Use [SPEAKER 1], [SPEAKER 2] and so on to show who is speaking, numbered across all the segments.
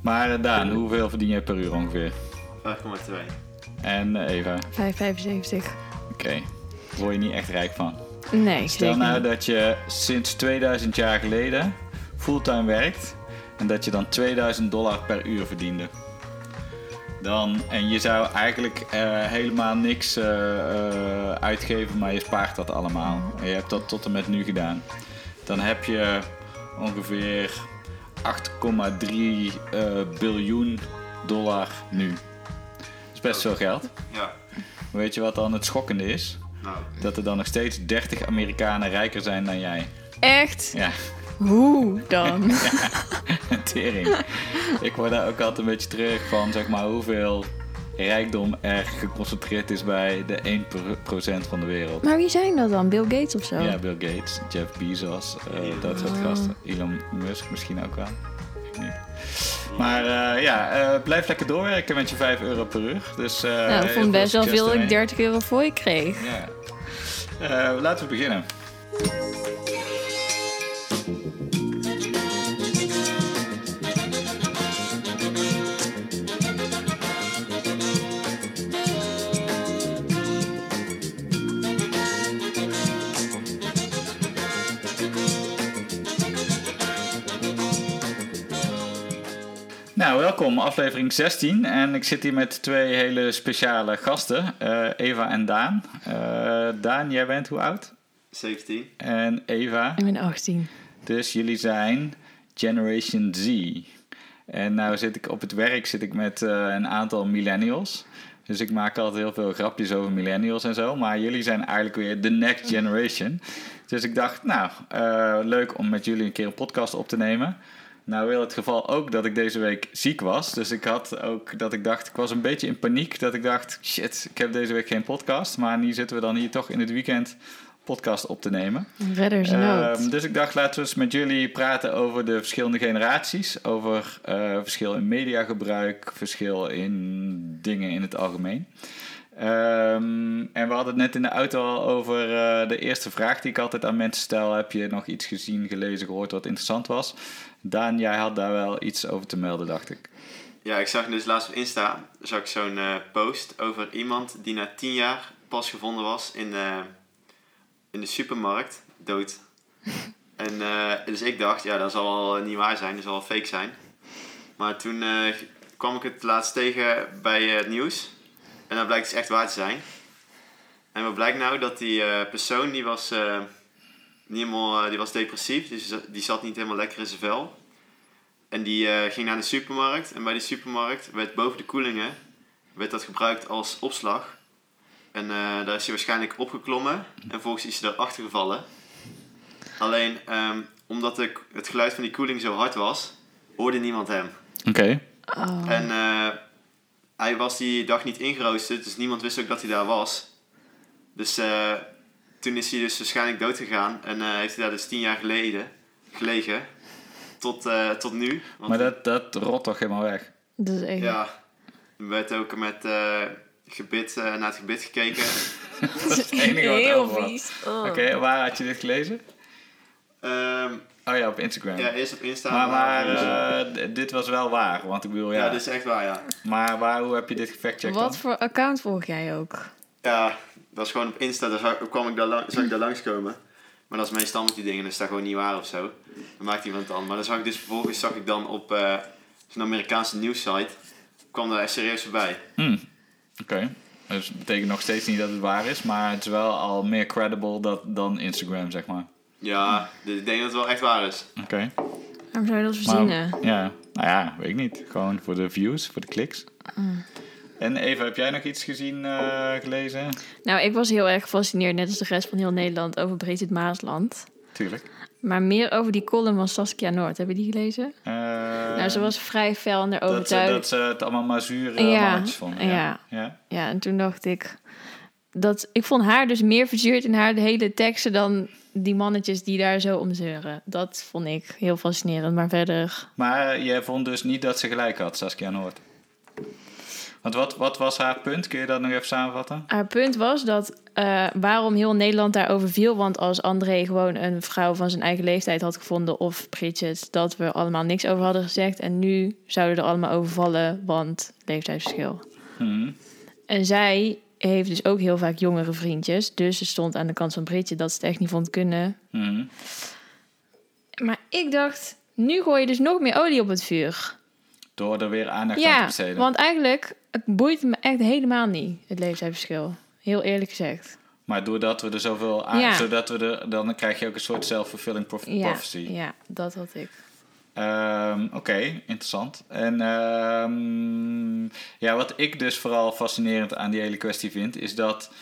[SPEAKER 1] Maar eh, Daan, hoeveel verdien jij per uur ongeveer?
[SPEAKER 2] 5,2.
[SPEAKER 1] En eh, Eva?
[SPEAKER 3] 5,75.
[SPEAKER 1] Oké, daar word je niet echt rijk van. Stel
[SPEAKER 3] Nee, zeker
[SPEAKER 1] nou
[SPEAKER 3] niet.
[SPEAKER 1] dat je sinds 2000 jaar geleden fulltime werkt en dat je dan 2000 dollar per uur verdiende. Dan, en je zou eigenlijk eh, helemaal niks eh, eh, uitgeven, maar je spaart dat allemaal. En je hebt dat tot en met nu gedaan. Dan heb je ongeveer 8,3 eh, biljoen dollar nu. Dat is best veel geld.
[SPEAKER 2] Ja,
[SPEAKER 1] Weet je wat dan het schokkende is?
[SPEAKER 2] nou,
[SPEAKER 1] dat er dan nog steeds 30 Amerikanen rijker zijn dan jij.
[SPEAKER 3] Echt?
[SPEAKER 1] Ja,
[SPEAKER 3] Hoe dan?
[SPEAKER 1] tering. Ik word daar ook altijd een beetje terug van, zeg maar, hoeveel rijkdom er geconcentreerd is bij de 1% van de wereld.
[SPEAKER 3] Maar wie zijn dat dan? Bill Gates of zo?
[SPEAKER 1] Ja, Bill Gates, Jeff Bezos, eh, dat soort gasten. Elon Musk misschien ook wel. Ik niet. Maar eh, ja, eh, blijf lekker doorwerken met je 5 euro per uur. Dus, eh,
[SPEAKER 3] nou, ik
[SPEAKER 1] heel
[SPEAKER 3] vond best wel
[SPEAKER 1] succes
[SPEAKER 3] veel dat ik
[SPEAKER 1] ermee.
[SPEAKER 3] 30 euro voor je kreeg.
[SPEAKER 1] Ja. Eh, laten we beginnen. Nou, welkom, aflevering 16. En ik zit hier met twee hele speciale gasten, eh, Eva en Daan. Eh, Daan, jij bent hoe oud?
[SPEAKER 2] 17.
[SPEAKER 1] En Eva,
[SPEAKER 3] Ik ben 18.
[SPEAKER 1] dus jullie zijn Generation Z. En nou zit ik op het werk zit ik met eh, een aantal millennials. Dus ik maak altijd heel veel grapjes over millennials en zo. Maar jullie zijn eigenlijk weer de next generation. Dus ik dacht, nou, eh, leuk om met jullie een keer een podcast op te nemen. Nou wil het geval ook dat ik deze week ziek was. Dus ik had ook dat ik dacht, ik was een beetje in paniek. Dat ik dacht, shit, ik heb deze week geen podcast. Maar nu zitten we dan hier toch in het weekend podcast op te nemen.
[SPEAKER 3] Redders in nood.
[SPEAKER 1] Ehm, dus ik dacht, laten we eens met jullie praten over de verschillende generaties. Over eh, verschil in mediagebruik, verschil in dingen in het algemeen. Ehm, en we hadden het net in de auto al over eh, de eerste vraag die ik altijd aan mensen stel. Heb je nog iets gezien, gelezen, gehoord wat interessant was? Daan, jij had daar wel iets over te melden, dacht ik.
[SPEAKER 2] Ja, ik zag dus laatst op Insta zag ik zo'n eh, post over iemand die na 10 jaar pas gevonden was in, eh, in de supermarkt, dood. En eh, dus ik dacht, ja, dat zal wel niet waar zijn, dat zal wel fake zijn. Maar toen eh, kwam ik het laatst tegen bij eh, het nieuws. En dat blijkt dus echt waar te zijn. En wat blijkt nou? Dat die eh, persoon, die was, eh, niet helemaal, eh, die was depressief, dus die zat niet helemaal lekker in zijn vel. En die eh, ging naar de supermarkt. En bij die supermarkt werd boven de koelingen werd dat gebruikt als opslag. En eh, daar is hij waarschijnlijk opgeklommen. En vervolgens is hij erachter gevallen. Alleen ehm, omdat de, het geluid van die koeling zo hard was, hoorde niemand hem.
[SPEAKER 1] Oké.
[SPEAKER 3] Oh.
[SPEAKER 2] En eh, hij was die dag niet ingeroosterd, dus niemand wist ook dat hij daar was. Dus eh, toen is hij dus waarschijnlijk dood gegaan. En eh, heeft hij daar dus tien jaar geleden gelegen. Tot, eh, tot nu. Want
[SPEAKER 1] Maar dat, dat rot toch helemaal weg?
[SPEAKER 3] Dat is echt...
[SPEAKER 2] ja, er werd ook met eh, gebit, eh, naar het gebit gekeken.
[SPEAKER 1] Dat is het enige wat
[SPEAKER 3] Heel
[SPEAKER 1] over was.
[SPEAKER 3] vies. Oh.
[SPEAKER 1] Oké, waar had je dit gelezen?
[SPEAKER 2] Ehm,
[SPEAKER 1] Oh ja, op Instagram.
[SPEAKER 2] ja, eerst op Insta.
[SPEAKER 1] Maar, maar
[SPEAKER 2] eh,
[SPEAKER 1] eh, d- dit was wel waar, want ik bedoel, ja.
[SPEAKER 2] ja, dus dit is echt waar, ja.
[SPEAKER 1] Maar waar, hoe heb je dit gefactcheckt dan?
[SPEAKER 3] Wat voor account volg jij ook?
[SPEAKER 2] Ja, dat is gewoon op Insta, daar zag, kwam ik daar lang, zag ik daar langskomen. Maar dat is meestal met die dingen, dus dat is gewoon niet waar of zo. Dan maakt iemand het aan. Maar dan zag ik dus vervolgens zag ik dan op eh, zo'n Amerikaanse nieuwssite, kwam daar echt serieus voorbij.
[SPEAKER 1] Hmm. Oké. Dus dat betekent nog steeds niet dat het waar is, maar het is wel al meer credible dat, dan Instagram, zeg maar.
[SPEAKER 2] Ja, dus ik denk dat het wel echt waar is.
[SPEAKER 1] Oké.
[SPEAKER 3] Waarom zou je
[SPEAKER 1] Maar,
[SPEAKER 3] dat verzinnen?
[SPEAKER 1] ja, nou ja, weet ik niet. Gewoon voor de views, voor de kliks.
[SPEAKER 3] Mm.
[SPEAKER 1] En Eva, heb jij nog iets gezien, eh, gelezen?
[SPEAKER 3] Nou, ik was heel erg gefascineerd, net als de rest van heel Nederland, over Breedit Maasland.
[SPEAKER 1] Tuurlijk.
[SPEAKER 3] Maar meer over die column van Saskia Noord. Hebben die gelezen?
[SPEAKER 1] Eh,
[SPEAKER 3] nou, ze was vrij fel en
[SPEAKER 1] dat, ze,
[SPEAKER 3] overtuigd.
[SPEAKER 1] dat ze het allemaal maar zure eh,
[SPEAKER 3] Ja,
[SPEAKER 1] mannetjes vonden.
[SPEAKER 3] ja.
[SPEAKER 1] ja.
[SPEAKER 3] Ja, en toen dacht ik... Dat, ik vond haar dus meer verzuurd in haar hele teksten dan die mannetjes die daar zo om zeuren. Dat vond ik heel fascinerend. Maar verder,
[SPEAKER 1] Maar jij vond dus niet dat ze gelijk had, Saskia Noord. Want wat, wat was haar punt? Kun je dat nog even samenvatten?
[SPEAKER 3] Haar punt was dat eh, waarom heel Nederland daarover viel. Want als André gewoon een vrouw van zijn eigen leeftijd had gevonden. of Bridget, dat we allemaal niks over hadden gezegd. En nu zouden we er allemaal over vallen, want leeftijdsverschil.
[SPEAKER 1] Mhm.
[SPEAKER 3] En zij heeft dus ook heel vaak jongere vriendjes. Dus ze stond aan de kant van Bridget dat ze het echt niet vond kunnen.
[SPEAKER 1] Mhm.
[SPEAKER 3] Maar ik dacht, nu gooi je dus nog meer olie op het vuur.
[SPEAKER 1] Door er weer aandacht aan te
[SPEAKER 3] ja,
[SPEAKER 1] besteden.
[SPEAKER 3] want eigenlijk het boeit me echt helemaal niet, het leeftijdsverschil. Heel eerlijk gezegd.
[SPEAKER 1] Maar doordat we er zoveel aan...
[SPEAKER 3] Ja.
[SPEAKER 1] Zodat we er, dan krijg je ook een soort self-fulfilling prof-
[SPEAKER 3] Ja,
[SPEAKER 1] prophecy.
[SPEAKER 3] ja, dat had ik.
[SPEAKER 1] Ehm, Oké, interessant. En ehm, ja, wat ik dus vooral fascinerend aan die hele kwestie vind, is dat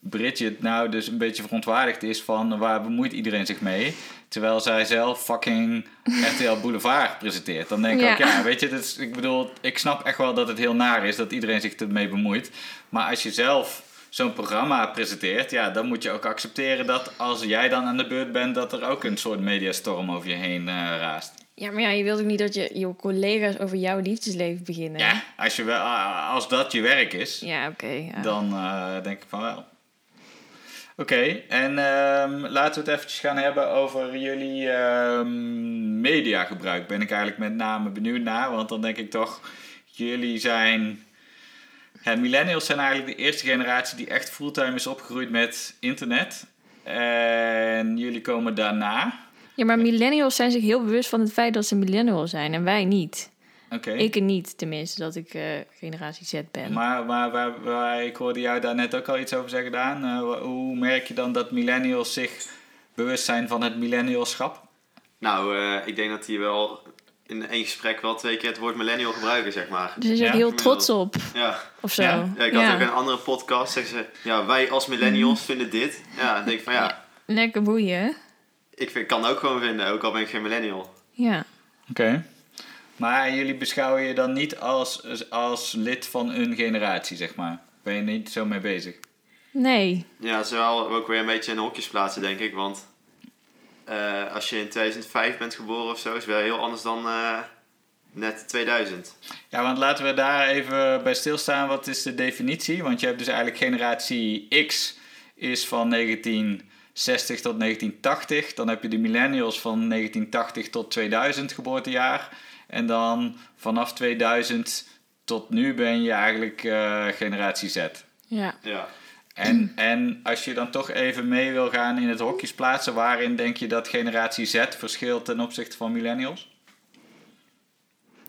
[SPEAKER 1] Bridget nou dus een beetje verontwaardigd is van waar bemoeit iedereen zich mee, terwijl zij zelf fucking RTL Boulevard presenteert. Dan denk ik
[SPEAKER 3] Ja.
[SPEAKER 1] ook, ja, weet je, dat is, ik bedoel, ik snap echt wel dat het heel naar is dat iedereen zich ermee bemoeit, maar als je zelf zo'n programma presenteert, ja, dan moet je ook accepteren dat als jij dan aan de beurt bent, dat er ook een soort mediastorm over je heen eh, raast.
[SPEAKER 3] Ja, maar ja, je wilt ook niet dat je, je collega's over jouw liefdesleven beginnen.
[SPEAKER 1] Ja, als, je wel, ah, als dat je werk is,
[SPEAKER 3] Ja, oké. ja.
[SPEAKER 1] dan eh, denk ik van wel. Oké, en ehm, laten we het eventjes gaan hebben over jullie ehm, mediagebruik. Ben ik eigenlijk met name benieuwd naar, want dan denk ik toch, jullie zijn... hè, millennials zijn eigenlijk de eerste generatie die echt fulltime is opgegroeid met internet. En jullie komen daarna.
[SPEAKER 3] Ja, maar millennials zijn zich heel bewust van het feit dat ze millennial zijn en wij niet.
[SPEAKER 1] Oké.
[SPEAKER 3] Ik niet, tenminste, dat ik eh, generatie Z ben.
[SPEAKER 1] Maar, maar, waar- waar- ik hoorde jou daar net ook al iets over zeggen, Daan. Eh, wa- hoe merk je dan dat millennials zich bewust zijn van het millennialschap?
[SPEAKER 2] Nou, eh, ik denk dat die wel in één gesprek wel twee keer het woord millennial gebruiken, zeg maar.
[SPEAKER 3] Dus ze zijn
[SPEAKER 1] Ja,
[SPEAKER 3] er heel trots op,
[SPEAKER 2] Ja.
[SPEAKER 3] of zo.
[SPEAKER 1] Ja,
[SPEAKER 2] Ja, ik had ook een andere podcast, zeggen ze, ja, wij als millennials vinden dit. Ja, dan denk ik van ja,
[SPEAKER 3] Lekker boeien.
[SPEAKER 2] ik vind, kan ook gewoon vinden, ook al ben ik geen millennial.
[SPEAKER 3] Ja.
[SPEAKER 1] Oké. Maar jullie beschouwen je dan niet als, als lid van een generatie, zeg maar? Ben je niet zo mee bezig?
[SPEAKER 3] Nee.
[SPEAKER 2] Ja, ze wel ook weer een beetje in hokjes plaatsen, denk ik, want eh, als je in 2005 bent geboren of zo, is wel heel anders dan eh, net 2000.
[SPEAKER 1] Ja, want laten we daar even bij stilstaan. Wat is de definitie? Want je hebt dus eigenlijk generatie X is van 1960 tot 1980. Dan heb je de millennials van 1980 tot 2000 geboortejaar. En dan vanaf 2000 tot nu ben je eigenlijk eh, generatie Z.
[SPEAKER 3] Ja.
[SPEAKER 2] Ja.
[SPEAKER 1] En, en als je dan toch even mee wil gaan in het hokjes plaatsen, waarin denk je dat generatie Z verschilt ten opzichte van millennials?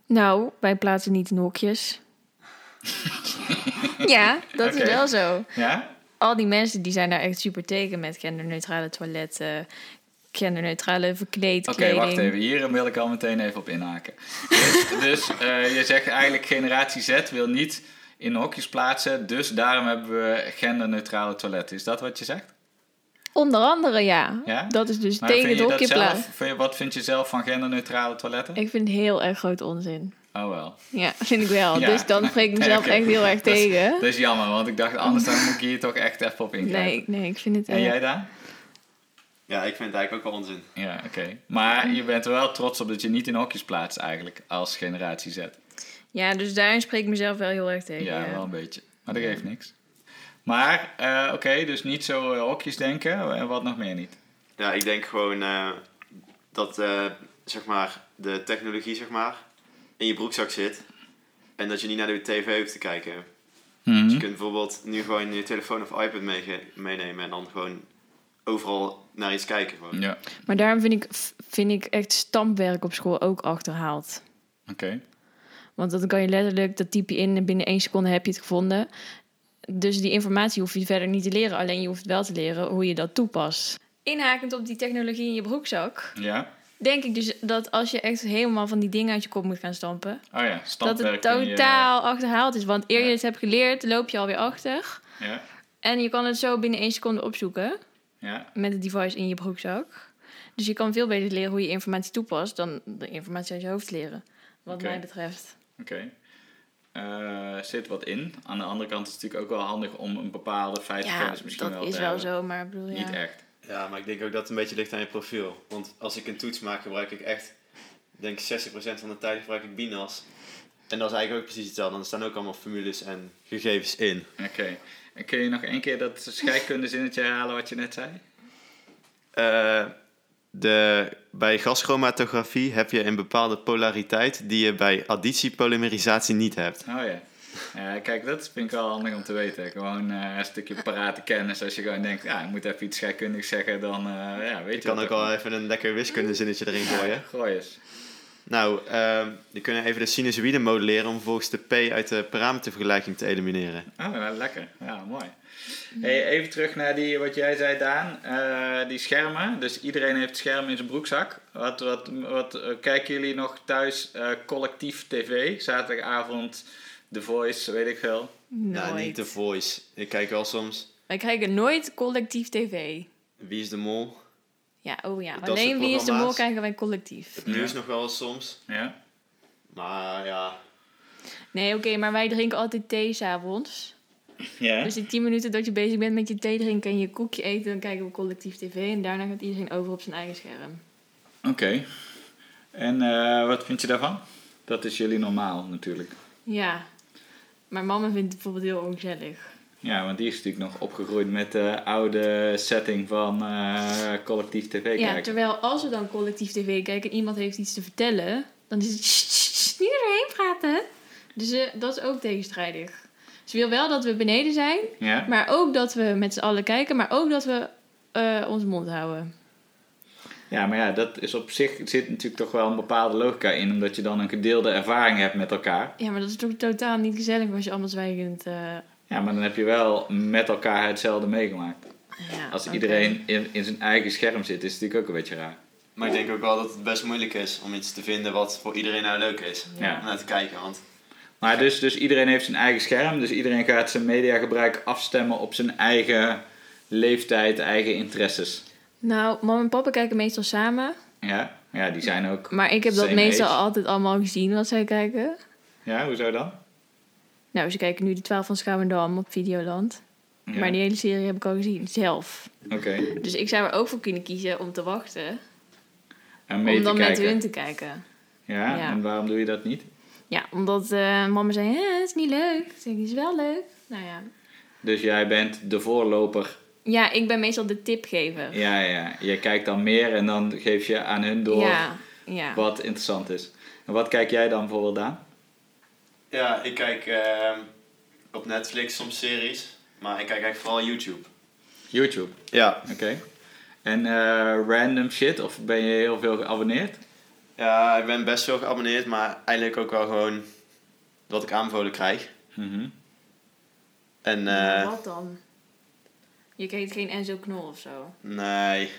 [SPEAKER 3] Nou, wij plaatsen niet in hokjes. ja, dat
[SPEAKER 1] Oké.
[SPEAKER 3] is wel zo.
[SPEAKER 1] Ja?
[SPEAKER 3] Al die mensen die zijn daar echt super tegen met genderneutrale toiletten, genderneutrale
[SPEAKER 1] Oké,
[SPEAKER 3] verkleedkleding.
[SPEAKER 1] wacht even. Hier wil ik al meteen even op inhaken. Dus, dus eh, je zegt eigenlijk generatie Z wil niet in hokjes plaatsen, dus daarom hebben we genderneutrale toiletten. Is dat wat je zegt?
[SPEAKER 3] Onder andere, ja.
[SPEAKER 1] Ja?
[SPEAKER 3] Dat is dus
[SPEAKER 1] Maar
[SPEAKER 3] tegen
[SPEAKER 1] vind
[SPEAKER 3] het
[SPEAKER 1] je dat
[SPEAKER 3] hokje
[SPEAKER 1] zelf,
[SPEAKER 3] plaatsen.
[SPEAKER 1] vind je- wat vind je zelf van genderneutrale toiletten?
[SPEAKER 3] Ik vind het heel erg groot onzin.
[SPEAKER 1] Oh wel.
[SPEAKER 3] Ja, vind ik wel.
[SPEAKER 1] Ja.
[SPEAKER 3] Dus dan spreek ik mezelf
[SPEAKER 1] Oké.
[SPEAKER 3] echt heel erg
[SPEAKER 1] Dat is-
[SPEAKER 3] tegen.
[SPEAKER 1] Dat is jammer, want ik dacht anders dan moet ik hier toch echt even op inkijken.
[SPEAKER 3] Nee, nee, ik vind het
[SPEAKER 1] En
[SPEAKER 3] eh,
[SPEAKER 1] jij daar?
[SPEAKER 2] Ja, ik vind het eigenlijk ook wel onzin.
[SPEAKER 1] Ja, oké. Maar je bent er wel trots op dat je niet in hokjes plaatst eigenlijk als generatie Z.
[SPEAKER 3] Ja, dus daarin spreek ik mezelf wel heel erg tegen.
[SPEAKER 1] Ja,
[SPEAKER 3] ja.
[SPEAKER 1] wel een beetje. Maar dat geeft niks. Maar, eh, oké, dus niet zo eh, hokjes denken. En wat nog meer niet?
[SPEAKER 2] Ja, ik denk gewoon eh, dat eh, zeg maar, de technologie zeg maar, in je broekzak zit. En dat je niet naar de tv hoeft te kijken. Dus Je kunt bijvoorbeeld nu gewoon je telefoon of iPad meege- meenemen en dan gewoon overal naar iets kijken. Gewoon.
[SPEAKER 1] Ja,
[SPEAKER 3] Maar daarom vind ik, vind ik echt stampwerk op school ook achterhaald.
[SPEAKER 1] oké.
[SPEAKER 3] Want dan kan je letterlijk, dat typ je in en binnen één seconde heb je het gevonden. Dus die informatie hoef je verder niet te leren. Alleen je hoeft wel te leren hoe je dat toepast. Inhakend op die technologie in je broekzak,
[SPEAKER 1] Ja?
[SPEAKER 3] denk ik dus dat als je echt helemaal van die dingen uit je kop moet gaan stampen,
[SPEAKER 1] Oh ja,
[SPEAKER 3] dat het
[SPEAKER 1] standwerk. in eh, je-
[SPEAKER 3] totaal achterhaald is. Want eer
[SPEAKER 1] Ja.
[SPEAKER 3] je het hebt geleerd, loop je alweer achter.
[SPEAKER 1] ja,
[SPEAKER 3] En je kan het zo binnen één seconde opzoeken
[SPEAKER 1] ja.
[SPEAKER 3] met het device in je broekzak. Dus je kan veel beter leren hoe je informatie toepast dan de informatie uit je hoofd leren. Wat
[SPEAKER 1] Oké.
[SPEAKER 3] mij betreft.
[SPEAKER 1] Oké. Eh, zit wat in. Aan de andere kant is het natuurlijk ook wel handig om een bepaalde
[SPEAKER 3] Ja,
[SPEAKER 1] feitenkennis misschien
[SPEAKER 3] dat
[SPEAKER 1] wel
[SPEAKER 3] is
[SPEAKER 1] te
[SPEAKER 3] wel
[SPEAKER 1] hebben.
[SPEAKER 3] zo, maar ik bedoel, ja.
[SPEAKER 1] Niet echt.
[SPEAKER 2] Ja, maar ik denk ook dat het een beetje ligt aan je profiel. Want als ik een toets maak, gebruik ik echt, ik denk 60% van de tijd gebruik ik Binas. En dat is eigenlijk ook precies hetzelfde. Dan staan ook allemaal formules en gegevens in.
[SPEAKER 1] Oké. En kun je nog één keer dat scheikundezinnetje herhalen wat je net zei?
[SPEAKER 2] Eh, de, bij gaschromatografie heb je een bepaalde polariteit die je bij additie-polymerisatie niet hebt.
[SPEAKER 1] Oh ja. Ja, kijk, dat vind ik wel handig om te weten. Gewoon eh, een stukje parate kennis. Als je gewoon denkt, ja, ik moet even iets scheikundigs zeggen, dan eh, ja, weet
[SPEAKER 2] Je
[SPEAKER 1] je
[SPEAKER 2] kan
[SPEAKER 1] wat
[SPEAKER 2] ook
[SPEAKER 1] er-
[SPEAKER 2] wel even een lekker wiskundezinnetje erin gooien.
[SPEAKER 1] Gooi eens.
[SPEAKER 2] Nou, ehm, we kunnen even de sinusoïde modelleren om vervolgens de P uit de parametervergelijking te elimineren.
[SPEAKER 1] Oh, wel lekker. Ja, mooi. Hey, even terug naar die, wat jij zei, Daan. Eh, die schermen. Dus iedereen heeft schermen in zijn broekzak. Wat, wat, wat eh, kijken jullie nog thuis eh, collectief tv? Zaterdagavond, The Voice, weet ik veel.
[SPEAKER 3] Nooit.
[SPEAKER 2] Nou, niet de voice. Ik kijk wel soms
[SPEAKER 3] Wij krijgen nooit collectief tv.
[SPEAKER 2] Wie is de Mol.
[SPEAKER 3] Ja, oh ja.
[SPEAKER 2] Dat soort
[SPEAKER 3] Alleen wie is de mol
[SPEAKER 2] programma's.
[SPEAKER 3] krijgen wij collectief.
[SPEAKER 2] Het nieuws nog wel eens soms.
[SPEAKER 1] Ja?
[SPEAKER 2] Maar ja,
[SPEAKER 3] Nee, oké, maar wij drinken altijd thee s'avonds.
[SPEAKER 1] Ja.
[SPEAKER 3] Dus die 10 minuten dat je bezig bent met je thee drinken en je koekje eten, dan kijken we collectief tv. En daarna gaat iedereen over op zijn eigen scherm.
[SPEAKER 1] Oké. En eh, wat vind je daarvan? Dat is jullie normaal natuurlijk.
[SPEAKER 3] Ja. Maar mama vindt het bijvoorbeeld heel ongezellig.
[SPEAKER 1] Ja, want die is natuurlijk nog opgegroeid met de oude setting van eh, collectief tv
[SPEAKER 3] ja,
[SPEAKER 1] kijken.
[SPEAKER 3] terwijl als we dan collectief tv kijken en iemand heeft iets te vertellen, dan is het "Sst, sst, sst, niet erheen praten. Dus eh, dat is ook tegenstrijdig. Ze wil wel dat we beneden zijn,
[SPEAKER 1] Ja?
[SPEAKER 3] maar ook dat we met z'n allen kijken, maar ook dat we eh ons mond houden.
[SPEAKER 1] ja, maar ja, dat is op zich zit natuurlijk toch wel een bepaalde logica in, omdat je dan een gedeelde ervaring hebt met elkaar.
[SPEAKER 3] Ja, maar dat is toch totaal niet gezellig als je allemaal zwijgend. eh,
[SPEAKER 1] Ja, maar dan heb je wel met elkaar hetzelfde meegemaakt.
[SPEAKER 3] ja,
[SPEAKER 1] Als
[SPEAKER 3] oké.
[SPEAKER 1] iedereen in, in zijn eigen scherm zit, is het natuurlijk ook een beetje raar.
[SPEAKER 2] maar ik denk ook wel dat het best moeilijk is om iets te vinden wat voor iedereen nou leuk is.
[SPEAKER 1] Ja.
[SPEAKER 2] Om naar te kijken, want
[SPEAKER 1] Maar dus, dus iedereen heeft zijn eigen scherm. Dus iedereen gaat zijn mediagebruik afstemmen op zijn eigen leeftijd, eigen interesses.
[SPEAKER 3] Nou, mama en papa kijken meestal samen.
[SPEAKER 1] Ja, ja die zijn ook.
[SPEAKER 3] Maar ik heb dat
[SPEAKER 1] Same
[SPEAKER 3] meestal
[SPEAKER 1] age.
[SPEAKER 3] altijd allemaal gezien wat zij kijken.
[SPEAKER 1] Ja, hoezo dan?
[SPEAKER 3] Nou, ze kijken nu de 12 van Schamendam op Videoland.
[SPEAKER 1] Ja.
[SPEAKER 3] Maar die hele serie heb ik al gezien, zelf.
[SPEAKER 1] Oké.
[SPEAKER 3] Dus ik zou er ook voor kunnen kiezen om te wachten.
[SPEAKER 1] En mee
[SPEAKER 3] om dan
[SPEAKER 1] te
[SPEAKER 3] met
[SPEAKER 1] kijken.
[SPEAKER 3] hun te kijken.
[SPEAKER 1] Ja?
[SPEAKER 3] Ja.
[SPEAKER 1] en waarom doe je dat niet?
[SPEAKER 3] Ja, omdat eh, mama zei, "Hè, het is niet leuk. Ik zeg, het is wel leuk. Nou ja.
[SPEAKER 1] Dus jij bent de voorloper.
[SPEAKER 3] Ja, ik ben meestal de tipgever.
[SPEAKER 1] Ja, ja. Je kijkt dan meer en dan geef je aan hun door
[SPEAKER 3] ja, ja.
[SPEAKER 1] wat interessant is. En wat kijk jij dan bijvoorbeeld aan?
[SPEAKER 2] Ja, ik kijk ehm, op Netflix soms series, maar ik kijk eigenlijk vooral YouTube.
[SPEAKER 1] YouTube.
[SPEAKER 2] Ja.
[SPEAKER 1] Oké. En eh, random shit? Of ben je heel veel geabonneerd?
[SPEAKER 2] ja, ik ben best wel geabonneerd, maar eigenlijk ook wel gewoon wat ik aanbevolen krijg.
[SPEAKER 1] Mhm.
[SPEAKER 2] En
[SPEAKER 3] Maar
[SPEAKER 2] eh,
[SPEAKER 3] Wat dan? Je kijkt geen Enzo Knol of zo.
[SPEAKER 2] nee, ik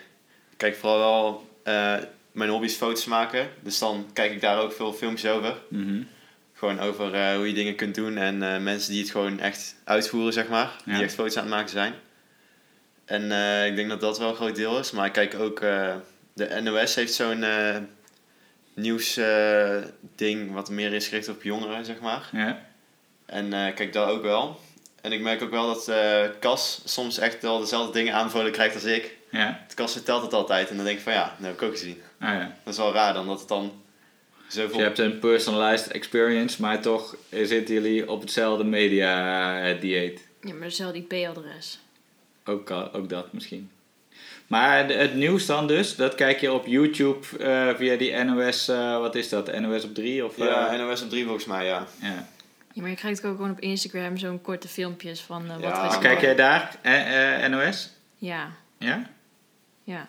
[SPEAKER 2] kijk vooral wel, eh, mijn hobby is foto's maken, dus dan kijk ik daar ook veel filmpjes over.
[SPEAKER 1] Mhm.
[SPEAKER 2] Gewoon over eh, hoe je dingen kunt doen en eh, mensen die het gewoon echt uitvoeren, zeg maar.
[SPEAKER 1] Ja.
[SPEAKER 2] Die echt foto's aan het maken zijn. En eh, ik denk dat dat wel een groot deel is. Maar ik kijk ook... eh, de NOS heeft zo'n eh, nieuwsding wat meer is gericht op jongeren, zeg maar.
[SPEAKER 1] Ja.
[SPEAKER 2] En eh, ik kijk daar ook wel. En ik merk ook wel dat eh Cas soms echt wel dezelfde dingen aanbevolen krijgt als ik.
[SPEAKER 1] Ja.
[SPEAKER 2] Cas vertelt het altijd. En dan denk ik van ja, dat heb ik ook gezien.
[SPEAKER 1] Ah ja.
[SPEAKER 2] Dat is wel raar dan, dat het dan
[SPEAKER 1] Dus
[SPEAKER 2] zoveel...
[SPEAKER 1] je hebt een personalized experience, maar toch zitten jullie op hetzelfde eh, media-dieet.
[SPEAKER 3] Ja, maar hetzelfde IP-adres.
[SPEAKER 1] Ook, al- ook dat misschien. Maar de- het nieuws dan dus, dat kijk je op YouTube eh, via die NOS, eh, wat is dat, NOS op 3? Of, eh,
[SPEAKER 2] Ja, NOS op 3 volgens mij, ja.
[SPEAKER 1] ja.
[SPEAKER 3] Ja, maar je krijgt ook gewoon op Instagram zo'n korte filmpjes van eh,
[SPEAKER 2] Ja,
[SPEAKER 3] wat we
[SPEAKER 2] maar
[SPEAKER 1] Maar
[SPEAKER 3] zien.
[SPEAKER 1] Dus kijk jij daar eh, eh, NOS?
[SPEAKER 3] Ja,
[SPEAKER 1] Ja?
[SPEAKER 3] ja.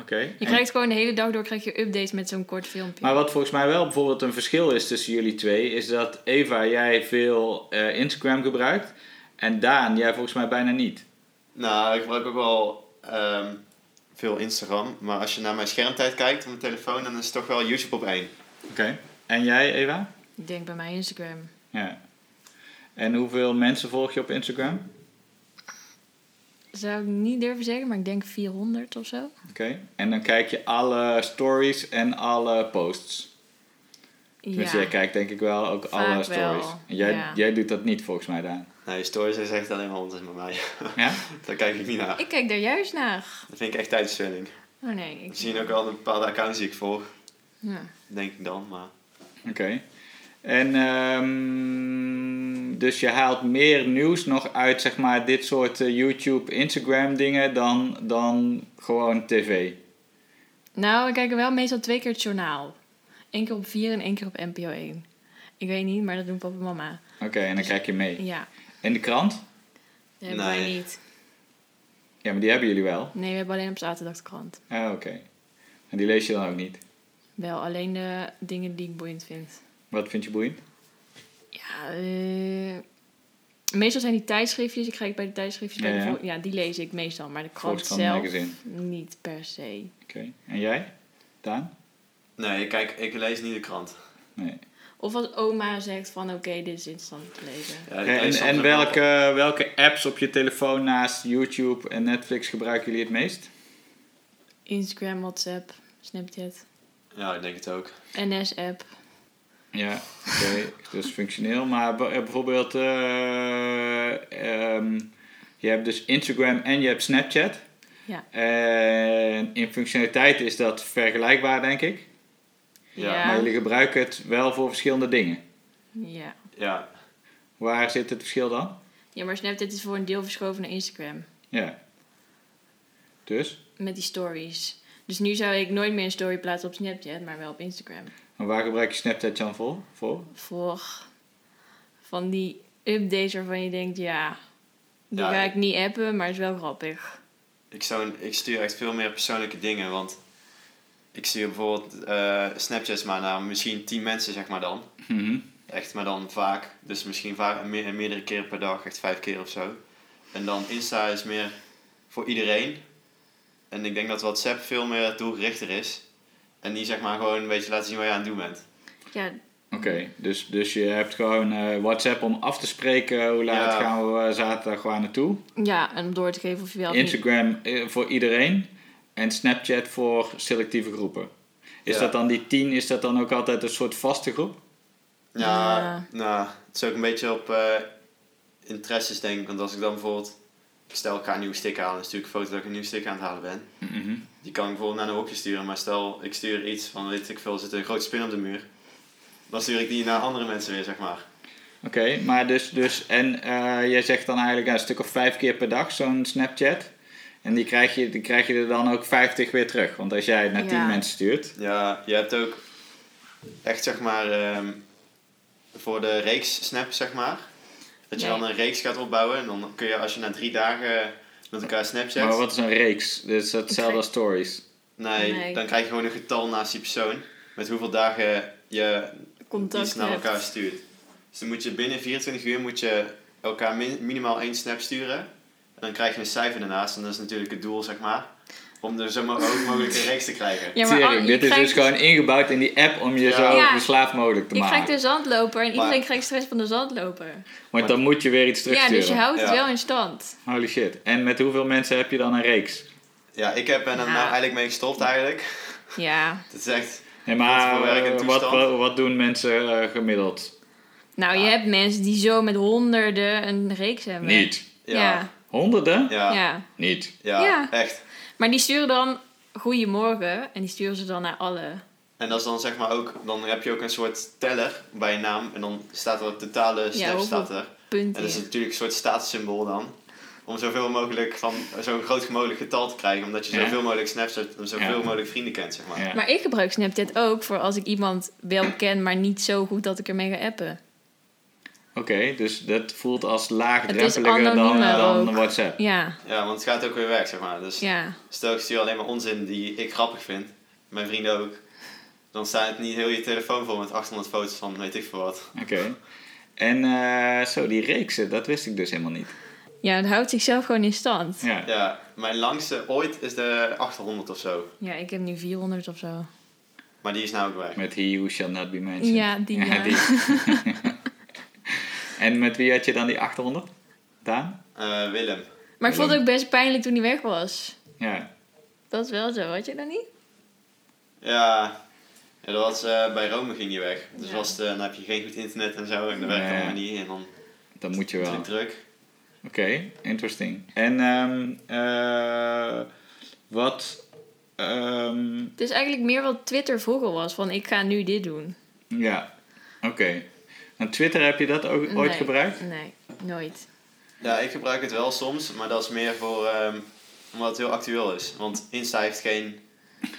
[SPEAKER 1] Oké.
[SPEAKER 3] Je
[SPEAKER 1] En-
[SPEAKER 3] krijgt gewoon de hele dag door krijg je updates met zo'n kort filmpje.
[SPEAKER 1] Maar wat volgens mij wel bijvoorbeeld een verschil is tussen jullie twee, is dat Eva, jij veel eh, Instagram gebruikt en Daan, jij volgens mij bijna niet.
[SPEAKER 2] Nou, ik gebruik ook wel ehm, veel Instagram. Maar als je naar mijn schermtijd kijkt op mijn telefoon, dan is het toch wel YouTube op één.
[SPEAKER 1] Oké. En jij, Eva?
[SPEAKER 3] Ik denk bij mij Instagram.
[SPEAKER 1] Ja. En hoeveel mensen volg je op Instagram?
[SPEAKER 3] Zou ik niet durven zeggen, maar ik denk 400 of zo.
[SPEAKER 1] Oké. En dan kijk je alle stories en alle posts. Dus jij kijkt denk ik wel ook
[SPEAKER 3] Vaak
[SPEAKER 1] alle stories.
[SPEAKER 3] wel,
[SPEAKER 1] En Jij,
[SPEAKER 3] ja.
[SPEAKER 1] jij doet dat niet volgens mij, Daan.
[SPEAKER 2] Nou, je stories is echt alleen maar onzin bij mij.
[SPEAKER 1] Ja?
[SPEAKER 2] Daar kijk ik niet naar.
[SPEAKER 3] Ik kijk daar juist naar.
[SPEAKER 2] Dat vind ik echt tijdverspilling.
[SPEAKER 3] Oh nee, ik...
[SPEAKER 2] Misschien ook wel een bepaalde accounts die ik volg,
[SPEAKER 3] Ja.
[SPEAKER 2] denk ik dan. Maar
[SPEAKER 1] Oké. En ehm, dus je haalt meer nieuws nog uit zeg maar, dit soort eh, YouTube, Instagram dingen dan, dan gewoon tv.
[SPEAKER 3] Nou, we kijken wel meestal twee keer het journaal. Eén keer op vier en één keer op NPO 1. Ik weet niet, maar dat doen papa en mama.
[SPEAKER 1] Oké, en dan krijg je mee.
[SPEAKER 3] Ja,
[SPEAKER 1] En de krant?
[SPEAKER 3] dat hebben wij
[SPEAKER 2] Nee.
[SPEAKER 3] niet.
[SPEAKER 1] Ja, maar die hebben jullie wel.
[SPEAKER 3] Nee, we hebben alleen op zaterdag de krant.
[SPEAKER 1] Ah, oké. En die lees je dan ook niet.
[SPEAKER 3] Wel alleen de dingen die ik boeiend vind.
[SPEAKER 1] Wat vind je boeiend?
[SPEAKER 3] Ja, eh, meestal zijn die tijdschriftjes. Ik ga bij de tijdschriftjes
[SPEAKER 1] Ja,
[SPEAKER 3] kijken.
[SPEAKER 1] ja.
[SPEAKER 3] voor- Ja, die lees ik meestal. Maar de krant
[SPEAKER 1] Volkskrant
[SPEAKER 3] zelf
[SPEAKER 1] magazine.
[SPEAKER 3] niet per se.
[SPEAKER 1] Oké. En jij? Daan?
[SPEAKER 2] Nee, kijk, ik lees niet de krant.
[SPEAKER 1] Nee.
[SPEAKER 3] Of als oma zegt van oké, dit is interessant te lezen.
[SPEAKER 2] Ja, ik
[SPEAKER 1] En,
[SPEAKER 2] lees soms
[SPEAKER 1] en
[SPEAKER 2] ook wel-
[SPEAKER 1] welke, welke apps op je telefoon naast YouTube en Netflix gebruiken jullie het meest?
[SPEAKER 3] Instagram, WhatsApp, Snapchat,
[SPEAKER 2] Ja, ik denk het ook.
[SPEAKER 3] NS-app.
[SPEAKER 1] Ja, oké. dus functioneel. Maar b- eh, bijvoorbeeld, eh, ehm, je hebt dus Instagram en je hebt Snapchat.
[SPEAKER 3] Ja.
[SPEAKER 1] En in functionaliteit is dat vergelijkbaar, denk ik.
[SPEAKER 2] Ja.
[SPEAKER 3] Ja.
[SPEAKER 1] Maar jullie gebruiken het wel voor verschillende dingen.
[SPEAKER 3] Ja.
[SPEAKER 2] Ja,
[SPEAKER 1] Waar zit het verschil dan?
[SPEAKER 3] ja, maar Snapchat is voor een deel verschoven naar Instagram.
[SPEAKER 1] Ja. Dus?
[SPEAKER 3] Met die stories. Dus nu zou ik nooit meer een story plaatsen op Snapchat, maar wel op Instagram.
[SPEAKER 1] Maar waar gebruik je Snapchat dan voor? voor?
[SPEAKER 3] Voor van die updates waarvan je denkt, ja, die
[SPEAKER 2] Ja.
[SPEAKER 3] ga ik niet appen, maar het is wel grappig.
[SPEAKER 2] ik, zou, ik stuur echt veel meer persoonlijke dingen, want ik stuur bijvoorbeeld eh, Snapchats maar naar misschien 10 mensen, zeg maar dan.
[SPEAKER 1] Mhm.
[SPEAKER 2] Echt, maar dan vaak. Dus misschien vaak, me- meerdere keer per dag, echt vijf keer of zo. En dan Insta is meer voor iedereen. En ik denk dat WhatsApp veel meer doelgerichter is. En die zeg maar gewoon een beetje laten zien waar je aan het doen bent.
[SPEAKER 3] Ja,
[SPEAKER 1] Oké, dus, dus je hebt gewoon eh, WhatsApp om af te spreken hoe laat
[SPEAKER 2] Ja.
[SPEAKER 1] gaan we eh, zaterdag waar naartoe.
[SPEAKER 3] ja, en om door te geven of je wel of niet.
[SPEAKER 1] Instagram eh, voor iedereen en Snapchat voor selectieve groepen. Is
[SPEAKER 2] Ja.
[SPEAKER 1] dat dan die 10, is dat dan ook altijd een soort vaste groep?
[SPEAKER 2] Ja,
[SPEAKER 3] Ja.
[SPEAKER 2] nou, het is ook een beetje op eh, interesses denk ik. Want als ik dan bijvoorbeeld, ik stel ik ga een nieuwe stick halen, dan stuur ik een foto dat ik een nieuwe stick aan het halen ben. Die kan ik bijvoorbeeld naar een hokje sturen, maar stel ik stuur iets van weet ik veel, er zit een grote spin op de muur. Dan stuur ik die naar andere mensen weer, zeg maar.
[SPEAKER 1] Oké, maar dus, dus en eh, jij zegt dan eigenlijk ja, een stuk of vijf keer per dag zo'n Snapchat. En die krijg, je, die krijg je er dan ook 50 weer terug. Want als jij het naar 10
[SPEAKER 3] Ja.
[SPEAKER 1] mensen stuurt.
[SPEAKER 2] Ja, je hebt ook echt zeg maar ehm, voor de reeks snap, zeg maar. Dat je
[SPEAKER 3] Nee.
[SPEAKER 2] dan een reeks gaat opbouwen en dan kun je als je na drie dagen met elkaar snapchat.
[SPEAKER 1] Maar wat is een reeks? Dus dat is hetzelfde als stories.
[SPEAKER 2] Nee,
[SPEAKER 3] Nee.
[SPEAKER 2] dan krijg je gewoon een getal naast die persoon. Met hoeveel dagen je
[SPEAKER 3] Contact
[SPEAKER 2] iets naar
[SPEAKER 3] hebt.
[SPEAKER 2] elkaar stuurt. Dus dan moet je binnen 24 uur moet je elkaar min- minimaal één snap sturen. En dan krijg je een cijfer daarnaast. En dat is natuurlijk het doel, zeg maar. Om er zo mo- ook mogelijk een reeks te krijgen.
[SPEAKER 3] Ja,
[SPEAKER 1] Tering,
[SPEAKER 3] al- je
[SPEAKER 1] dit is
[SPEAKER 3] krijgt-
[SPEAKER 1] dus gewoon ingebouwd in die app om je
[SPEAKER 2] Ja.
[SPEAKER 1] zo
[SPEAKER 3] Ja. dus-
[SPEAKER 1] verslaafd mogelijk te
[SPEAKER 3] Je
[SPEAKER 1] maken.
[SPEAKER 3] krijgt de zandloper en iedereen
[SPEAKER 2] Maar-
[SPEAKER 3] krijgt stress van de zandloper.
[SPEAKER 1] Want dan moet je weer iets
[SPEAKER 3] Ja,
[SPEAKER 1] terugsturen.
[SPEAKER 3] dus je houdt het
[SPEAKER 2] Ja.
[SPEAKER 3] wel in stand.
[SPEAKER 1] Holy shit. En met hoeveel mensen heb je dan een reeks?
[SPEAKER 2] Ja, ik heb ben er
[SPEAKER 3] Ja.
[SPEAKER 2] nou eigenlijk mee gestopt eigenlijk.
[SPEAKER 3] Ja.
[SPEAKER 2] Dat is echt...
[SPEAKER 1] Nee,
[SPEAKER 2] Wat
[SPEAKER 1] maar
[SPEAKER 2] voor werk en
[SPEAKER 1] eh, wat,
[SPEAKER 2] toestand?
[SPEAKER 1] wat, wat doen mensen eh, gemiddeld?
[SPEAKER 3] Nou, je hebt mensen die zo met honderden een reeks hebben.
[SPEAKER 1] Niet.
[SPEAKER 3] Ja.
[SPEAKER 1] Honderden?
[SPEAKER 2] Ja,
[SPEAKER 3] Ja.
[SPEAKER 2] ja,
[SPEAKER 1] Niet.
[SPEAKER 2] ja,
[SPEAKER 3] Ja.
[SPEAKER 2] echt.
[SPEAKER 3] Maar die sturen dan goeiemorgen en die sturen ze dan naar alle.
[SPEAKER 2] En dat is dan zeg maar ook... Dan heb je ook een soort teller bij je naam. En dan staat er het totale snap
[SPEAKER 3] hoeveel-
[SPEAKER 2] staat er. En
[SPEAKER 3] Punten.
[SPEAKER 2] dat is natuurlijk een soort statussymbool dan. Om zoveel mogelijk van zo'n groot mogelijk getal te krijgen. Omdat je
[SPEAKER 1] Ja.
[SPEAKER 2] zoveel mogelijk snaps hebt en zoveel
[SPEAKER 1] Ja.
[SPEAKER 2] mogelijk vrienden kent, zeg maar.
[SPEAKER 1] Ja.
[SPEAKER 3] Maar ik gebruik Snapchat ook voor als ik iemand wel ken, maar niet zo goed dat ik ermee ga appen.
[SPEAKER 1] Oké, dus dat voelt als
[SPEAKER 3] Het is
[SPEAKER 1] laagdrempeliger dan,
[SPEAKER 3] anoniemer
[SPEAKER 1] dan
[SPEAKER 3] ook.
[SPEAKER 1] WhatsApp.
[SPEAKER 3] Ja,
[SPEAKER 2] Ja, want het gaat ook weer weg, zeg maar. Dus
[SPEAKER 3] ja.
[SPEAKER 2] stel ik stuur alleen maar onzin die ik grappig vind. Mijn vrienden ook. Dan staat het niet heel je telefoon vol met 800 foto's van weet ik veel wat.
[SPEAKER 1] Oké. En eh, zo, die reeksen, dat wist ik dus helemaal niet.
[SPEAKER 3] Ja, het houdt zichzelf gewoon in stand.
[SPEAKER 1] Ja.
[SPEAKER 2] Ja, mijn langste ooit is de 800 of zo.
[SPEAKER 3] Ja, ik heb nu 400 of zo.
[SPEAKER 2] Maar die is nou ook weg.
[SPEAKER 1] Met He Who Shall Not Be Mentioned.
[SPEAKER 3] Ja, die. Ja,
[SPEAKER 1] en met wie had je dan die 800? Daan?
[SPEAKER 2] Eh, Willem.
[SPEAKER 3] Maar ik vond het ook best pijnlijk toen hij weg was.
[SPEAKER 1] Ja.
[SPEAKER 3] Dat is wel zo, had je dat niet?
[SPEAKER 2] Ja, ja dat was, eh, bij Rome ging die weg. Dus
[SPEAKER 3] Ja.
[SPEAKER 2] was het, eh, dan heb je geen goed internet en zo. En
[SPEAKER 1] Nee.
[SPEAKER 2] dan werkt het allemaal niet. En dan
[SPEAKER 1] Dat moet je wel.
[SPEAKER 2] druk, druk.
[SPEAKER 1] Oké, interesting. En ehm, eh, wat. ehm,
[SPEAKER 3] Het is eigenlijk meer wat Twitter vroeger was, van ik ga nu dit doen.
[SPEAKER 1] ja, oké. En Twitter heb je dat ook ooit
[SPEAKER 3] Nee,
[SPEAKER 1] gebruikt?
[SPEAKER 3] Nee, nooit.
[SPEAKER 2] Ja, ik gebruik het wel soms, maar dat is meer voor, ehm, omdat het heel actueel is. Want Insta heeft geen,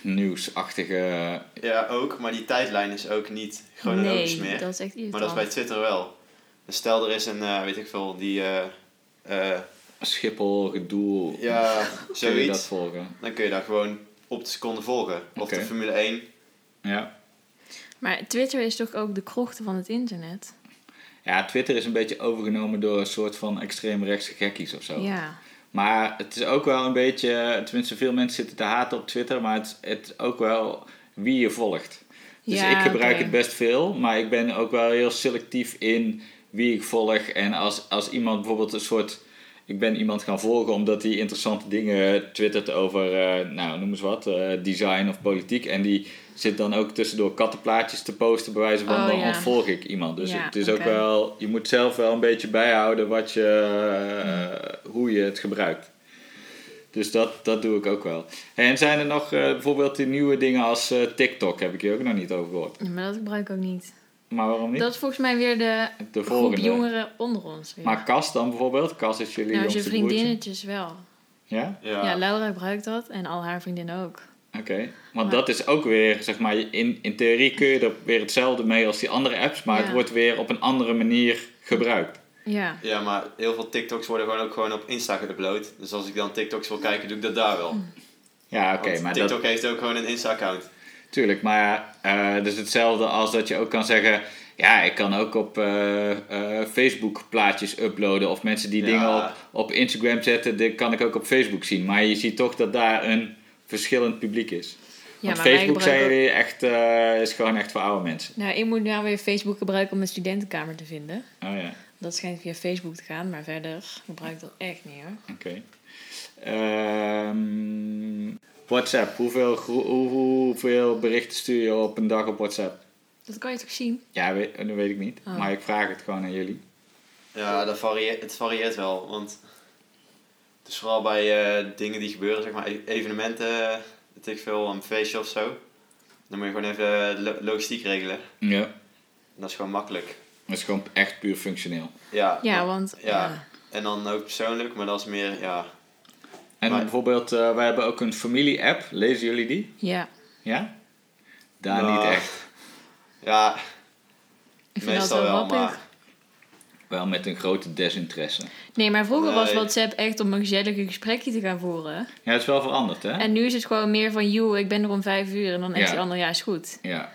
[SPEAKER 1] Nieuwsachtige. eh,
[SPEAKER 2] ja ook, maar die tijdlijn is ook niet chronologisch
[SPEAKER 3] nee,
[SPEAKER 2] meer.
[SPEAKER 3] dat is echt irritant.
[SPEAKER 2] maar dat is bij Twitter wel. Dus stel er is een, eh, weet ik veel, die, eh, eh,
[SPEAKER 1] Schiphol, gedoe.
[SPEAKER 2] ja,
[SPEAKER 1] Kun je dat
[SPEAKER 2] zoiets.
[SPEAKER 1] volgen?
[SPEAKER 2] Dan kun je daar gewoon op de seconde volgen. Of
[SPEAKER 1] Oké.
[SPEAKER 2] de Formule 1.
[SPEAKER 1] Ja.
[SPEAKER 3] Maar Twitter is toch ook de krochten van het internet?
[SPEAKER 1] Ja, Twitter is een beetje overgenomen door een soort van extreemrechtse gekkies of zo.
[SPEAKER 3] Ja.
[SPEAKER 1] Maar het is ook wel een beetje, tenminste veel mensen zitten te haten op Twitter, maar het, is- het is ook wel wie je volgt. Dus
[SPEAKER 3] Ja,
[SPEAKER 1] ik gebruik
[SPEAKER 3] oké.
[SPEAKER 1] het best veel, maar ik ben ook wel heel selectief in wie ik volg. En als, als iemand bijvoorbeeld een soort, ik ben iemand gaan volgen omdat hij interessante dingen twittert over, eh, nou noem eens wat, eh, design of politiek. En die zit dan ook tussendoor kattenplaatjes te posten, bij wijze van,
[SPEAKER 3] Oh,
[SPEAKER 1] dan
[SPEAKER 3] ja.
[SPEAKER 1] ontvolg ik iemand. Dus
[SPEAKER 3] Ja,
[SPEAKER 1] het is ook
[SPEAKER 3] oké.
[SPEAKER 1] wel, je moet zelf wel een beetje bijhouden wat je,
[SPEAKER 3] Mm.
[SPEAKER 1] eh, hoe je het gebruikt. Dus dat, dat doe ik ook wel. En zijn er nog eh, bijvoorbeeld die nieuwe dingen als eh, TikTok? Heb ik hier ook nog niet over gehoord.
[SPEAKER 3] Ja, Maar dat gebruik ik ook niet.
[SPEAKER 1] Maar waarom niet?
[SPEAKER 3] Dat is volgens mij weer de
[SPEAKER 1] de
[SPEAKER 3] groep
[SPEAKER 1] volgende.
[SPEAKER 3] jongeren onder ons. Weer.
[SPEAKER 1] Maar Cas dan bijvoorbeeld? Cas is jullie
[SPEAKER 3] nou, zijn
[SPEAKER 1] jongste broertje.
[SPEAKER 3] vriendinnetjes wel.
[SPEAKER 1] Ja?
[SPEAKER 3] Ja. Laura gebruikt dat en al haar vriendinnen ook.
[SPEAKER 1] Oké. Want
[SPEAKER 3] Maar-
[SPEAKER 1] dat is ook weer, zeg maar, in, in theorie kun je er weer hetzelfde mee als die andere apps. Maar het
[SPEAKER 3] Ja.
[SPEAKER 1] wordt weer op een andere manier gebruikt.
[SPEAKER 3] Ja.
[SPEAKER 2] Ja, maar heel veel TikToks worden gewoon ook gewoon op Insta geüpload. Dus als ik dan TikToks wil kijken, doe ik dat daar wel.
[SPEAKER 1] Ja, oké.
[SPEAKER 2] Want
[SPEAKER 1] maar dat,
[SPEAKER 2] TikTok heeft ook gewoon een Insta-account.
[SPEAKER 1] Tuurlijk, maar eh dat is hetzelfde als dat je ook kan zeggen... Ja, ik kan ook op eh, eh, Facebook plaatjes uploaden. Of mensen die
[SPEAKER 2] Ja.
[SPEAKER 1] dingen op, op Instagram zetten, dat kan ik ook op Facebook zien. Maar je ziet toch dat daar een verschillend publiek is.
[SPEAKER 3] ja
[SPEAKER 1] Want
[SPEAKER 3] maar wij
[SPEAKER 1] Facebook zijn
[SPEAKER 3] gebruiken-
[SPEAKER 1] jullie echt, eh, is gewoon echt voor oude mensen.
[SPEAKER 3] Nou, ik moet nou weer Facebook gebruiken om een studentenkamer te vinden.
[SPEAKER 1] Oh ja,
[SPEAKER 3] Dat schijnt via Facebook te gaan, maar verder gebruik ik dat echt niet hoor.
[SPEAKER 1] oké. Ehm, WhatsApp, hoeveel, gro- hoe- hoeveel berichten stuur je op een dag op WhatsApp?
[SPEAKER 3] Dat kan je toch zien?
[SPEAKER 1] Ja, weet, dat weet ik niet.
[SPEAKER 3] Oh.
[SPEAKER 1] Maar ik vraag het gewoon aan jullie.
[SPEAKER 2] Ja, dat varieert, het varieert wel. Want het is vooral bij eh, dingen die gebeuren, zeg maar e- evenementen, weet ik veel, een feestje of zo. Dan moet je gewoon even lo- logistiek regelen.
[SPEAKER 1] Ja.
[SPEAKER 2] En dat is gewoon makkelijk.
[SPEAKER 1] Dat is gewoon echt puur functioneel.
[SPEAKER 2] Ja.
[SPEAKER 3] Ja, want.
[SPEAKER 2] Ja.
[SPEAKER 3] ja.
[SPEAKER 2] En dan ook persoonlijk, maar dat is meer, ja.
[SPEAKER 1] En
[SPEAKER 2] Maar-
[SPEAKER 1] bijvoorbeeld, eh, wij hebben ook een familie-app. Lezen jullie die?
[SPEAKER 3] Ja.
[SPEAKER 1] Ja? Daar
[SPEAKER 2] Nou,
[SPEAKER 1] niet echt.
[SPEAKER 2] Ja,
[SPEAKER 3] Ik vind
[SPEAKER 2] meestal
[SPEAKER 3] dat wel
[SPEAKER 2] wel,
[SPEAKER 3] grappig.
[SPEAKER 2] maar
[SPEAKER 1] Wel met een grote desinteresse.
[SPEAKER 3] Nee, maar vroeger was
[SPEAKER 2] Nee.
[SPEAKER 3] WhatsApp echt om een gezellige gesprekje te gaan voeren.
[SPEAKER 1] Ja, het is wel veranderd, hè?
[SPEAKER 3] En nu is het gewoon meer van, joh, ik ben er om vijf uur. En dan echt
[SPEAKER 1] Ja.
[SPEAKER 3] die ander, ja, is goed.
[SPEAKER 1] Ja.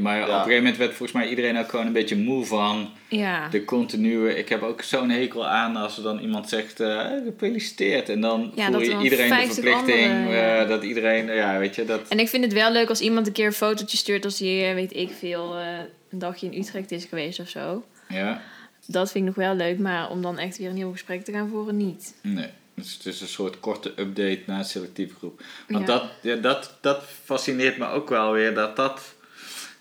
[SPEAKER 1] Maar op
[SPEAKER 2] Ja.
[SPEAKER 1] een gegeven moment werd volgens mij iedereen ook gewoon een beetje moe van
[SPEAKER 3] Ja.
[SPEAKER 1] de continue. Ik heb ook zo'n hekel aan als er dan iemand zegt eh, gefeliciteerd. En dan
[SPEAKER 3] Ja,
[SPEAKER 1] voel
[SPEAKER 3] dat
[SPEAKER 1] je
[SPEAKER 3] dan
[SPEAKER 1] iedereen de
[SPEAKER 3] 50
[SPEAKER 1] verplichting
[SPEAKER 3] anderen, ja.
[SPEAKER 1] eh, dat iedereen, ja, weet je, dat.
[SPEAKER 3] En ik vind het wel leuk als iemand een keer een fotootje stuurt als hij, eh, weet ik veel, eh, een dagje in Utrecht is geweest of zo.
[SPEAKER 1] Ja,
[SPEAKER 3] Dat vind ik nog wel leuk, maar om dan echt weer een heel gesprek te gaan voeren, niet.
[SPEAKER 1] nee. Dus het is een soort korte update naar een selectieve groep. Want
[SPEAKER 3] Ja.
[SPEAKER 1] dat, ja, dat, dat fascineert me ook wel weer. Dat dat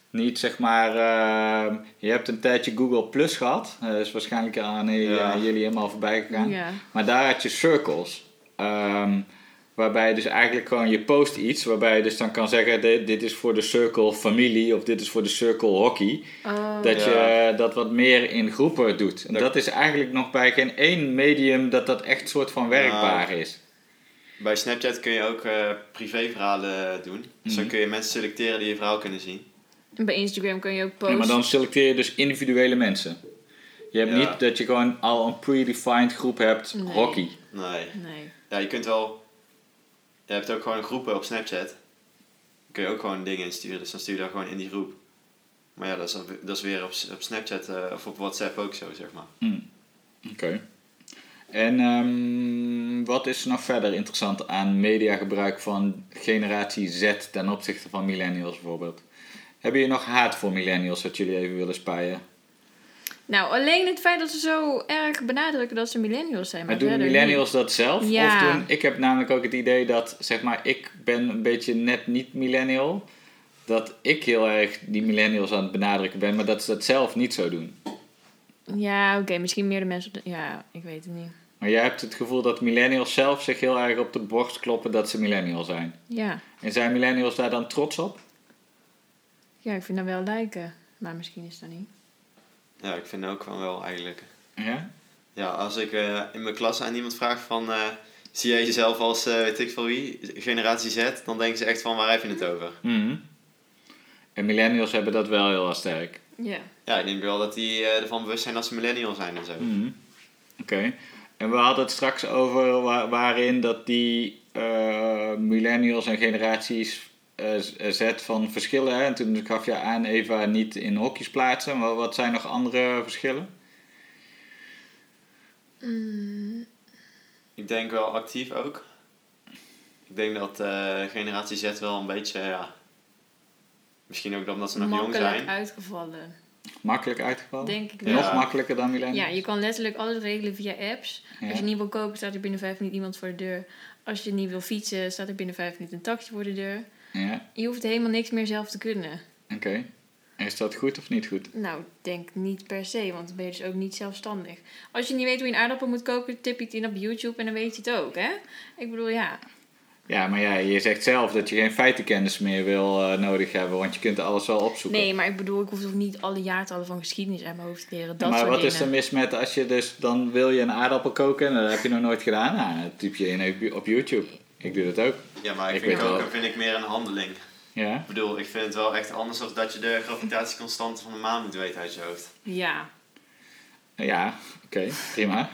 [SPEAKER 1] niet zeg maar. ehm, je hebt een tijdje Google Plus gehad. Eh, Dat is waarschijnlijk aan eh,
[SPEAKER 2] Ja.
[SPEAKER 1] jullie helemaal voorbij gegaan.
[SPEAKER 3] Ja.
[SPEAKER 1] Maar daar had je circles. Ehm, waarbij je dus eigenlijk gewoon je post iets. Waarbij je dus dan kan zeggen: dit, dit is voor de circle familie of dit is voor de circle hockey.
[SPEAKER 3] Oh.
[SPEAKER 1] Dat
[SPEAKER 2] Ja.
[SPEAKER 1] je dat wat meer in groepen doet. En
[SPEAKER 2] Dat-
[SPEAKER 1] dat is eigenlijk nog bij geen één medium dat dat echt soort van werkbaar is.
[SPEAKER 2] bij Snapchat kun je ook eh, privéverhalen doen. Dus dan
[SPEAKER 1] Mhm.
[SPEAKER 2] kun je mensen selecteren die je verhaal kunnen zien.
[SPEAKER 3] En bij Instagram kun je ook
[SPEAKER 1] Ja,
[SPEAKER 3] posten.
[SPEAKER 1] maar dan selecteer je dus individuele mensen. Je hebt
[SPEAKER 2] Ja.
[SPEAKER 1] niet dat je gewoon al een predefined groep hebt
[SPEAKER 3] Nee.
[SPEAKER 1] hockey.
[SPEAKER 2] Nee.
[SPEAKER 3] Nee.
[SPEAKER 2] Ja, je kunt wel. Je hebt ook gewoon groepen op Snapchat. Daar kun je ook gewoon dingen insturen, dus dan stuur je dat gewoon in die groep. Maar ja, dat is, dan- dat is weer op, op Snapchat eh, of op WhatsApp ook zo, zeg maar.
[SPEAKER 1] Oké. En ehm, wat is er nog verder interessant aan mediagebruik van generatie Z ten opzichte van millennials bijvoorbeeld? Hebben jullie nog haat voor millennials wat jullie even willen spaaien?
[SPEAKER 3] Nou, alleen het feit dat ze zo erg benadrukken dat ze millennials zijn. Maar,
[SPEAKER 1] Maar doen
[SPEAKER 3] verder
[SPEAKER 1] millennials dat zelf? Of
[SPEAKER 3] Ja.
[SPEAKER 1] doen, ik heb namelijk ook het idee dat, zeg maar, ik ben een beetje net niet millennial. Dat ik heel erg die millennials aan het benadrukken ben, maar dat ze dat zelf niet zo doen.
[SPEAKER 3] niet. Ja, oké, misschien meer de mensen. Ja, ik weet het niet.
[SPEAKER 1] Maar jij hebt het gevoel dat millennials zelf zich heel erg op de borst kloppen dat ze millennial zijn.
[SPEAKER 3] Ja.
[SPEAKER 1] En zijn millennials daar dan trots op?
[SPEAKER 3] ja, ik vind dat wel lijken. Maar misschien is dat niet.
[SPEAKER 2] Ja, ik vind ook van wel eigenlijk.
[SPEAKER 1] Ja?
[SPEAKER 2] Ja, als ik eh, in mijn klas aan iemand vraag van... eh, zie jij jezelf als, eh, weet ik veel wie, generatie Z? Dan denken ze echt van, waar heb je het over?
[SPEAKER 1] Mhm. En millennials hebben dat wel heel erg sterk.
[SPEAKER 3] Ja.
[SPEAKER 2] Ja, ik denk wel dat die eh, ervan bewust zijn dat ze millennial zijn en zo.
[SPEAKER 1] Mhm. Oké. En we hadden het straks over wa- waarin dat die eh, millennials en generaties eh, z- Z van verschillen. Hè? En toen gaf je aan Eva niet in hokjes plaatsen. Maar wat zijn nog andere verschillen?
[SPEAKER 2] Ik denk wel actief ook. Ik denk dat eh, generatie Z wel een beetje, ja... Misschien ook omdat ze nog jong zijn.
[SPEAKER 3] uitgevallen.
[SPEAKER 1] Makkelijk uitgevallen?
[SPEAKER 3] Denk ik
[SPEAKER 2] wel.
[SPEAKER 1] Nog
[SPEAKER 2] Ja.
[SPEAKER 1] makkelijker dan millennials?
[SPEAKER 3] Ja, je kan letterlijk alles regelen via apps. Als je niet wil kopen, staat er binnen vijf minuten iemand voor de deur. Als je niet wil fietsen, staat er binnen vijf minuten een taxi voor de deur.
[SPEAKER 1] Ja,
[SPEAKER 3] Je hoeft helemaal niks meer zelf te kunnen.
[SPEAKER 1] oké. En Is dat goed of niet goed?
[SPEAKER 3] Nou, denk niet per se, want dan ben je dus ook niet zelfstandig. Als je niet weet hoe je een aardappel moet koken, tip je het in op YouTube en dan weet je het ook, hè? Ik bedoel, ja.
[SPEAKER 1] Ja, maar ja, je zegt zelf dat je geen feitenkennis meer wil eh, nodig hebben, want je kunt alles wel opzoeken.
[SPEAKER 3] Nee, maar ik bedoel, ik hoef toch niet alle jaartallen van geschiedenis uit mijn hoofd te leren. Dat
[SPEAKER 1] maar
[SPEAKER 3] soort
[SPEAKER 1] wat
[SPEAKER 3] dingen.
[SPEAKER 1] is er mis met als je dus, dan wil je een aardappel koken en dat heb je nog nooit gedaan? Nou, dat typ je in op YouTube. Ik doe dat ook.
[SPEAKER 2] Ja, maar ik,
[SPEAKER 1] Ik
[SPEAKER 2] vind
[SPEAKER 1] weet
[SPEAKER 2] het ook
[SPEAKER 1] wel.
[SPEAKER 2] vind ik meer een handeling.
[SPEAKER 1] Ja.
[SPEAKER 2] Ik bedoel, ik vind het wel echt anders dan dat je de gravitatieconstante van de maan moet weten uit je hoofd.
[SPEAKER 3] Ja.
[SPEAKER 1] Ja, oké, prima.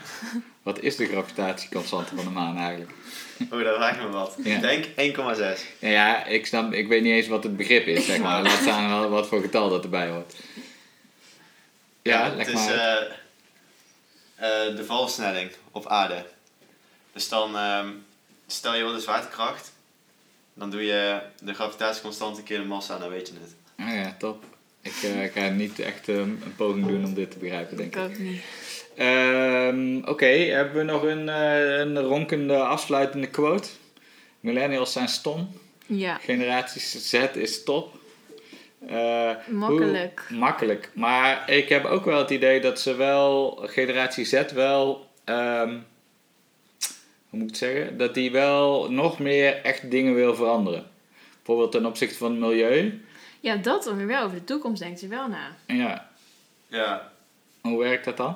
[SPEAKER 1] Wat is de gravitatieconstante van de maan eigenlijk?
[SPEAKER 2] Oh, dat raakt me wat.
[SPEAKER 1] Ja.
[SPEAKER 2] Ik Denk 1,6.
[SPEAKER 1] Nou Ja, ik snap, ik weet niet eens wat het begrip is, zeg maar. Laat staan wel wat voor getal dat erbij hoort. Ja,
[SPEAKER 2] het
[SPEAKER 1] leg
[SPEAKER 2] is
[SPEAKER 1] maar. uit.
[SPEAKER 2] eh, eh, de valversnelling op aarde. Dus dan ehm, stel je wel de zwaartekracht, dan doe je de gravitatieconstante keer de massa, dan weet je het.
[SPEAKER 1] Oh ja, top. Ik eh, ga niet echt ehm, een poging doen om dit te begrijpen, denk
[SPEAKER 3] Ik
[SPEAKER 1] ik.
[SPEAKER 3] ook niet.
[SPEAKER 1] Ehm, Oké, hebben we nog een, eh, een ronkende afsluitende quote? Millennials zijn stom.
[SPEAKER 3] Ja,
[SPEAKER 1] Generaties Z is top. Eh,
[SPEAKER 3] makkelijk.
[SPEAKER 1] hoe- makkelijk. Maar ik heb ook wel het idee dat ze wel, generatie Z wel, ehm, hoe moet ik het zeggen? Dat die wel nog meer echt dingen wil veranderen. Bijvoorbeeld ten opzichte van het milieu.
[SPEAKER 3] Ja, dat dan weer wel. Over de toekomst denkt ze wel na.
[SPEAKER 1] En ja,
[SPEAKER 2] Ja,
[SPEAKER 1] hoe werkt dat dan?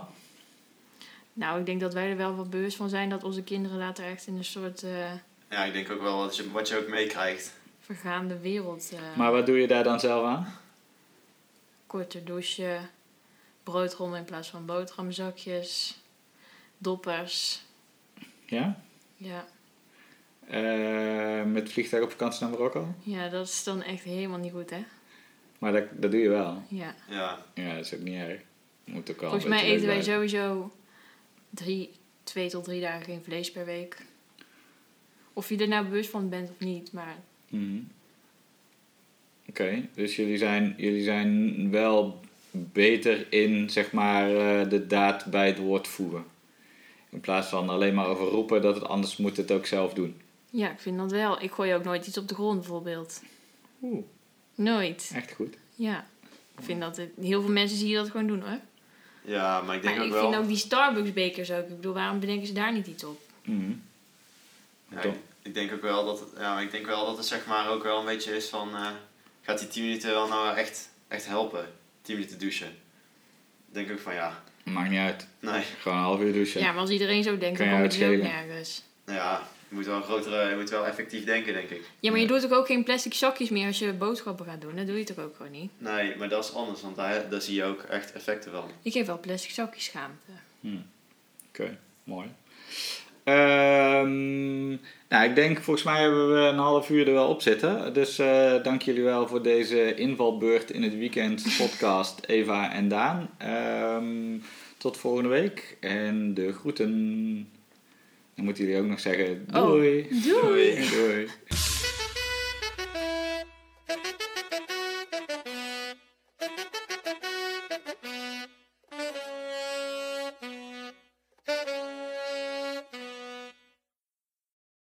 [SPEAKER 3] Nou, ik denk dat wij er wel wat bewust van zijn dat onze kinderen later echt in een soort eh,
[SPEAKER 2] ja ik denk ook wel dat je, wat je ook meekrijgt.
[SPEAKER 3] vergaande wereld. eh,
[SPEAKER 1] Maar wat doe je daar dan zelf aan?
[SPEAKER 3] Korter douchen, broodrommel in plaats van boterhamzakjes, doppers.
[SPEAKER 1] Ja?
[SPEAKER 3] Ja.
[SPEAKER 1] Eh, met vliegtuig op vakantie naar Marokko?
[SPEAKER 3] ja, dat is dan echt helemaal niet goed, hè?
[SPEAKER 1] Maar dat, dat doe je wel.
[SPEAKER 3] Ja.
[SPEAKER 2] Ja,
[SPEAKER 1] Ja, dat is ook niet erg. Moet ook wel
[SPEAKER 3] Volgens
[SPEAKER 1] een beetje
[SPEAKER 3] mij eten wij
[SPEAKER 1] leuk blijven.
[SPEAKER 3] sowieso drie, twee tot drie dagen geen vlees per week. Of je er nou bewust van bent of niet, maar
[SPEAKER 1] Mhm. Oké, dus jullie zijn, jullie zijn wel beter in zeg maar, eh, de daad bij het woord voegen. In plaats van alleen maar over roepen dat het anders moet het ook zelf doen.
[SPEAKER 3] ja, ik vind dat wel. Ik gooi ook nooit iets op de grond bijvoorbeeld.
[SPEAKER 1] Oeh,
[SPEAKER 3] Nooit.
[SPEAKER 1] echt goed.
[SPEAKER 3] Ja. Ik vind dat het- heel veel mensen zie je dat gewoon doen hoor.
[SPEAKER 2] ja maar ik denk
[SPEAKER 3] maar ik
[SPEAKER 2] ook wel...
[SPEAKER 3] vind ook die Starbucks bekers ook. Ik bedoel, waarom bedenken ze daar niet iets op?
[SPEAKER 1] Mhm.
[SPEAKER 2] Ja,
[SPEAKER 1] Top.
[SPEAKER 2] ik, ik denk ook wel dat het, ja, maar ik denk wel dat het zeg maar ook wel een beetje is van eh, gaat die 10 minuten wel nou echt, echt helpen? 10 minuten douchen. Ik denk ook van ja.
[SPEAKER 1] Maakt niet uit.
[SPEAKER 2] Nee,
[SPEAKER 1] Gewoon een half uur douchen.
[SPEAKER 3] Ja, maar als iedereen zo denkt,
[SPEAKER 1] Kan
[SPEAKER 3] dan
[SPEAKER 1] je
[SPEAKER 3] kom je dus ook
[SPEAKER 1] uitschelen.
[SPEAKER 3] nergens.
[SPEAKER 2] nou ja, je moet wel grotere, je moet wel effectief denken, denk ik.
[SPEAKER 3] Ja, maar
[SPEAKER 1] Ja.
[SPEAKER 3] je doet ook, ook geen plastic zakjes meer als je boodschappen gaat doen. Dat doe je toch ook gewoon niet?
[SPEAKER 2] Nee, maar dat is anders, want daar, daar zie je ook echt effecten van.
[SPEAKER 3] Ik geef wel plastic zakjes schaamte.
[SPEAKER 1] Oké, mooi. Ehm, nou, ik denk volgens mij hebben we een half uur er wel op zitten. Dus eh, dank jullie wel voor deze invalbeurt in het weekend podcast Eva en Daan. Ehm, tot volgende week en de groeten. Dan moeten jullie ook nog zeggen doei.
[SPEAKER 3] Doei.
[SPEAKER 1] Doei.